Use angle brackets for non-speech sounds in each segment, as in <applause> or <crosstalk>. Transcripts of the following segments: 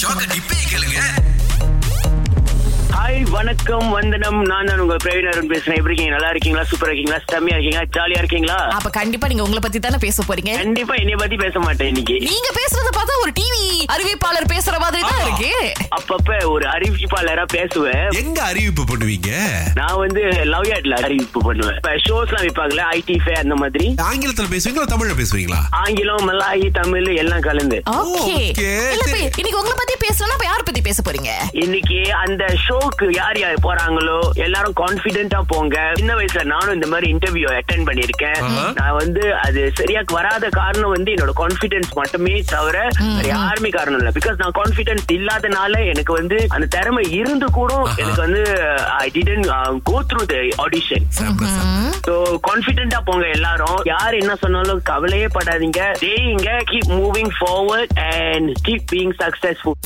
ஷாக்க டிப்பே கேளுங்க ஹாய் வணக்கம் வந்தனம் நான் தான் உங்க பிரவீனரன் பேசுறேன் எப்படி இருக்கீங்க நல்லா இருக்கீங்களா சூப்பரா இருக்கீங்களா ஸ்டம்மியா இருக்கீங்களா ஜாலியா இருக்கீங்களா அப்ப கண்டிப்பா நீங்க உங்களை பத்தி தானே பேச போறீங்க கண்டிப்பா என்னைய பத்தி பேச மாட்டேன் இன்னைக்கு நீங்க பேசுறத பார்த்தா ஒரு டிவி அறிவிப்பாளர் பேசுற மாதிரி தான் ஆமா. இருக்கு அப்பப்ப ஒரு அறிவிப்பாளரா பேசுவேன் எங்க அறிவிப்பு பண்ணுவீங்க நான் வந்து லவ் யார்ட்ல அறிவிப்பு பண்ணுவேன் இப்ப ஷோஸ் எல்லாம் வைப்பாங்கல்ல ஐடி ஃபே அந்த மாதிரி ஆங்கிலத்துல பேசுவீங்களா தமிழ்ல பேசுவீங்களா ஆங்கிலம் மலாயி தமிழ் எல்லாம் கலந்து ஓகே okay, இல்ல சரி. இப்ப இன்னைக்கு உங்களை பத்தி பேசணும்னா அப்ப யார் பத்தி பேச போறீங்க இன்னைக்கு அந்த ஷோக்கு யார் யார் போறாங்களோ எல்லாரும் கான்பிடென்ட்டா போங்க சின்ன வயசுல நானும் இந்த மாதிரி இன்டர்வியூ அட்டென்ட் பண்ணிருக்கேன் ஆஹா. நான் வந்து அது சரியா வராத காரணம் வந்து என்னோட கான்பிடென்ஸ் மட்டுமே தவிர வேற யாருமே காரணம் இல்ல பிகாஸ் நான் கான்பிடென்ஸ் இல்லாதனால எனக்கு வந்து அந்த திறமை இருந்து கூட ஆஹா. எனக்கு வந்து uh, I didn't go through the audition சாப்பிட, சாப்பிட. சோ கான்பிடென்ட்டா போங்க எல்லாரும் யார் என்ன சொன்னாலும் கவலையே படாதீங்க ஜெயிங்க keep moving forward and keep being successful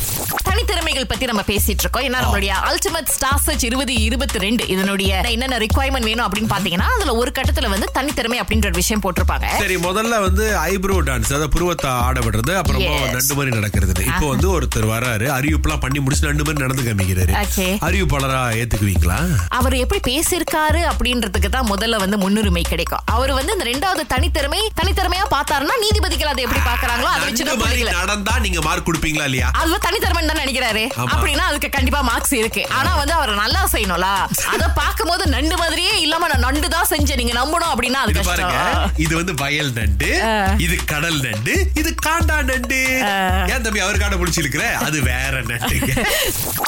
தனித்திறமைகள் பத்தி நம்ம பேசிட்டு இருக்கோம் ஏன்னா நம்மளுடைய அல்டிமேட் ஸ்டார் சர்ச் இருபது இருபத்தி ரெண்டு இதனுடைய என்னென்ன ரிக்வயர்மெண்ட் வேணும் அப்படின்னு பாத்தீங்கன்னா அதுல ஒரு கட்டத்துல வந்து தனித்திறமை அப்படின்ற ஒரு விஷயம் போட்டிருப்பாங்க சரி முதல்ல வந்து ஐப்ரோ டான்ஸ் அதாவது புருவத்தை ஆடப்படுறது அப்புறமா Yes. நண்டு மாதிரி நடக்கிறது இப்போ வந்து ஒருத்தர் வராரு அறிவிப்புலாம் பண்ணி முடிச்சு நண்டு மாதிரி நடந்து காமிக்கிறாரு Okay. அறிவிப்பாளரா ஏத்துக்குவீங்களா அவர் எப்படி பேசியிருக்காரு அப்படின்றதுக்கு தான் முதல்ல வந்து முன்னுரிமை கிடைக்கும் அவர் வந்து இந்த ரெண்டாவது தனித்திறமை தனித்திறமையா பார்த்தாருன்னா நீதிபதிகள் அதை எப்படி பாக்குறாங்களோ அதை வச்சு நண்டு தான் மாதிரி புரியுது. நடந்தா நீங்க மார்க் கொடுப்பீங்களா இல்லையா அது தனித்திறமை தான் நினைக்கிறாரு ஆமா. அப்படின்னா அதுக்கு கண்டிப்பா மார்க்ஸ் இருக்கு ஆனா வந்து அவர் நல்லா செய்யணும்ல அத பாக்கும்போது நண்டு மாதிரியே இல்லாம நான் நண்டு தான் செஞ்சேன் நீங்க நம்பணும் அப்படின்னா அது இது பாருங்க கஷ்டம் இது வந்து வயல் நண்டு இது கடல் நண்டு இது காண்டா நண்டு ஏன் தம்பி அவர் காண்டை முடிச்சிருக்கிற அது வேற நண்டுங்க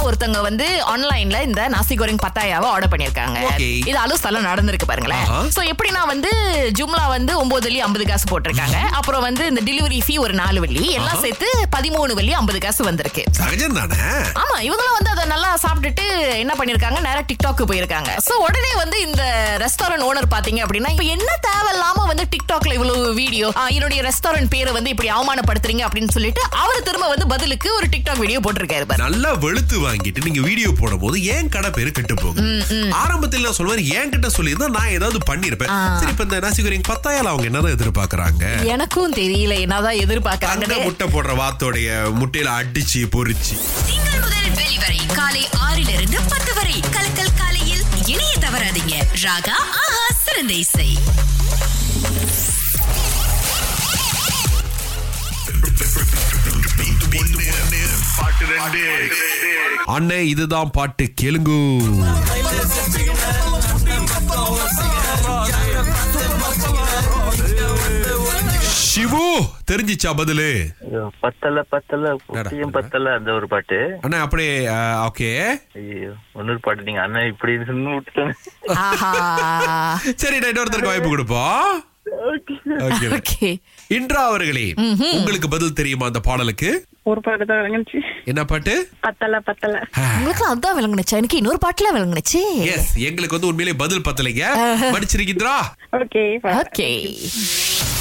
ஒருத்தவங்க வந்து ஆன்லைன்ல இந்த நாசி கோரிங் பத்தாயாவை ஆர்டர் பண்ணிருக்காங்க Okay. இது அலுசல நடந்திருக்கு பாருங்களேன் ஆஹா. சோ எப்படின்னா வந்து ஜும்லா வந்து ஒன்பது வெள்ளி ஐம்பது காசு போட்டிருக்காங்க அப்புறம் வந்து இந்த டெலிவரி ஃபீ ஒரு நாலு வெள்ளி எல்லாம் சேர்த்து பதிமூணு வெள்ளி ஐம்பது காசு வந்திருக்கு சகஜம் தானே ஆமா இவங்களும் வந்து அதை நல்லா சாப்பிட்டுட்டு என்ன பண்ணிருக்காங்க நேரா டிக்டாக்கு போயிருக்காங்க சோ உடனே வந்து இந்த ரெஸ்டாரண்ட் ஓனர் பாத்தீங்க அப்படின்னா இப்ப என்ன தேவையில்லாம வந்து டிக்டாக்ல இவ்வளவு வீடியோ என்னுடைய ரெஸ்டாரண்ட் பேரை வந்து இப்படி அவமானப்படுத்துறீங்க அப்படின்னு சொல்லிட்டு அவர் திரும்ப வந்து பதிலுக்கு ஒரு டிக்டாக் வீடியோ போட்டிருக்காரு பாரு நல்லா வெளுத்து வாங்கிட்டு நீங்க வீடியோ போடும்போது ஏன் கடை பேரு கெட்டு போகும் ஆரம்பத்தில் நான் சொல்லுவேன் என் கிட்ட சொல்லியிருந்தா நான் ஏதாவது பண்ணிருப்பேன் சரி இப்ப இந்த நாசிகுரிங் பத்தாயிரம் அவங்க என்னதான் எதிர்பார்க்கறாங்க எனக்கும் தெரியல என்னதான் அங்க எதிர்பார்க்கறாங்கன்னு முட்டை போடுற வாத்தோடைய முட்டையில அடிச்சு பொரிச்சு திங்கள் முதல் வெளிவரை காலை ஆறிலிருந்து பத்து வரை கலக்கல் காலையில் இணைய தவறாதீங்க ராகா ஆஹா சிறந்த இசை அண்ணே இதுதான் பாட்டு கேளுங்கு சிவு தெரிஞ்சிச்சா பதிலு ஐயோ, பத்தல பத்தல புத்தியும் பத்தல அந்த ஒரு பாட்டு அண்ணா அப்படியே ஓகே ஐயோ இன்னொரு பாட்டு நீங்க அண்ணன் இப்படி சொன்னு விட்டுட்டேன் <laughs> ஆஹா சரி நான் இன்னொருத்தருக்கு வாய்ப்பு கொடுப்போம் Okay. ஓகே இன்றா அவர்களே உங்களுக்கு பதில் தெரியுமா அந்த பாடலுக்கு ஒரு பாட்டு தான் விளங்குச்சு என்ன பாட்டு பத்தல பத்தல உங்களுக்கு அதான் விளங்குனுச்சு எனக்கு இன்னொரு பாட்டுல விளங்குனுச்சு எஸ் எங்களுக்கு வந்து உண்மையிலே பதில் பத்தலைங்க படிச்சிருக்கின்றா ஓகே ஓகே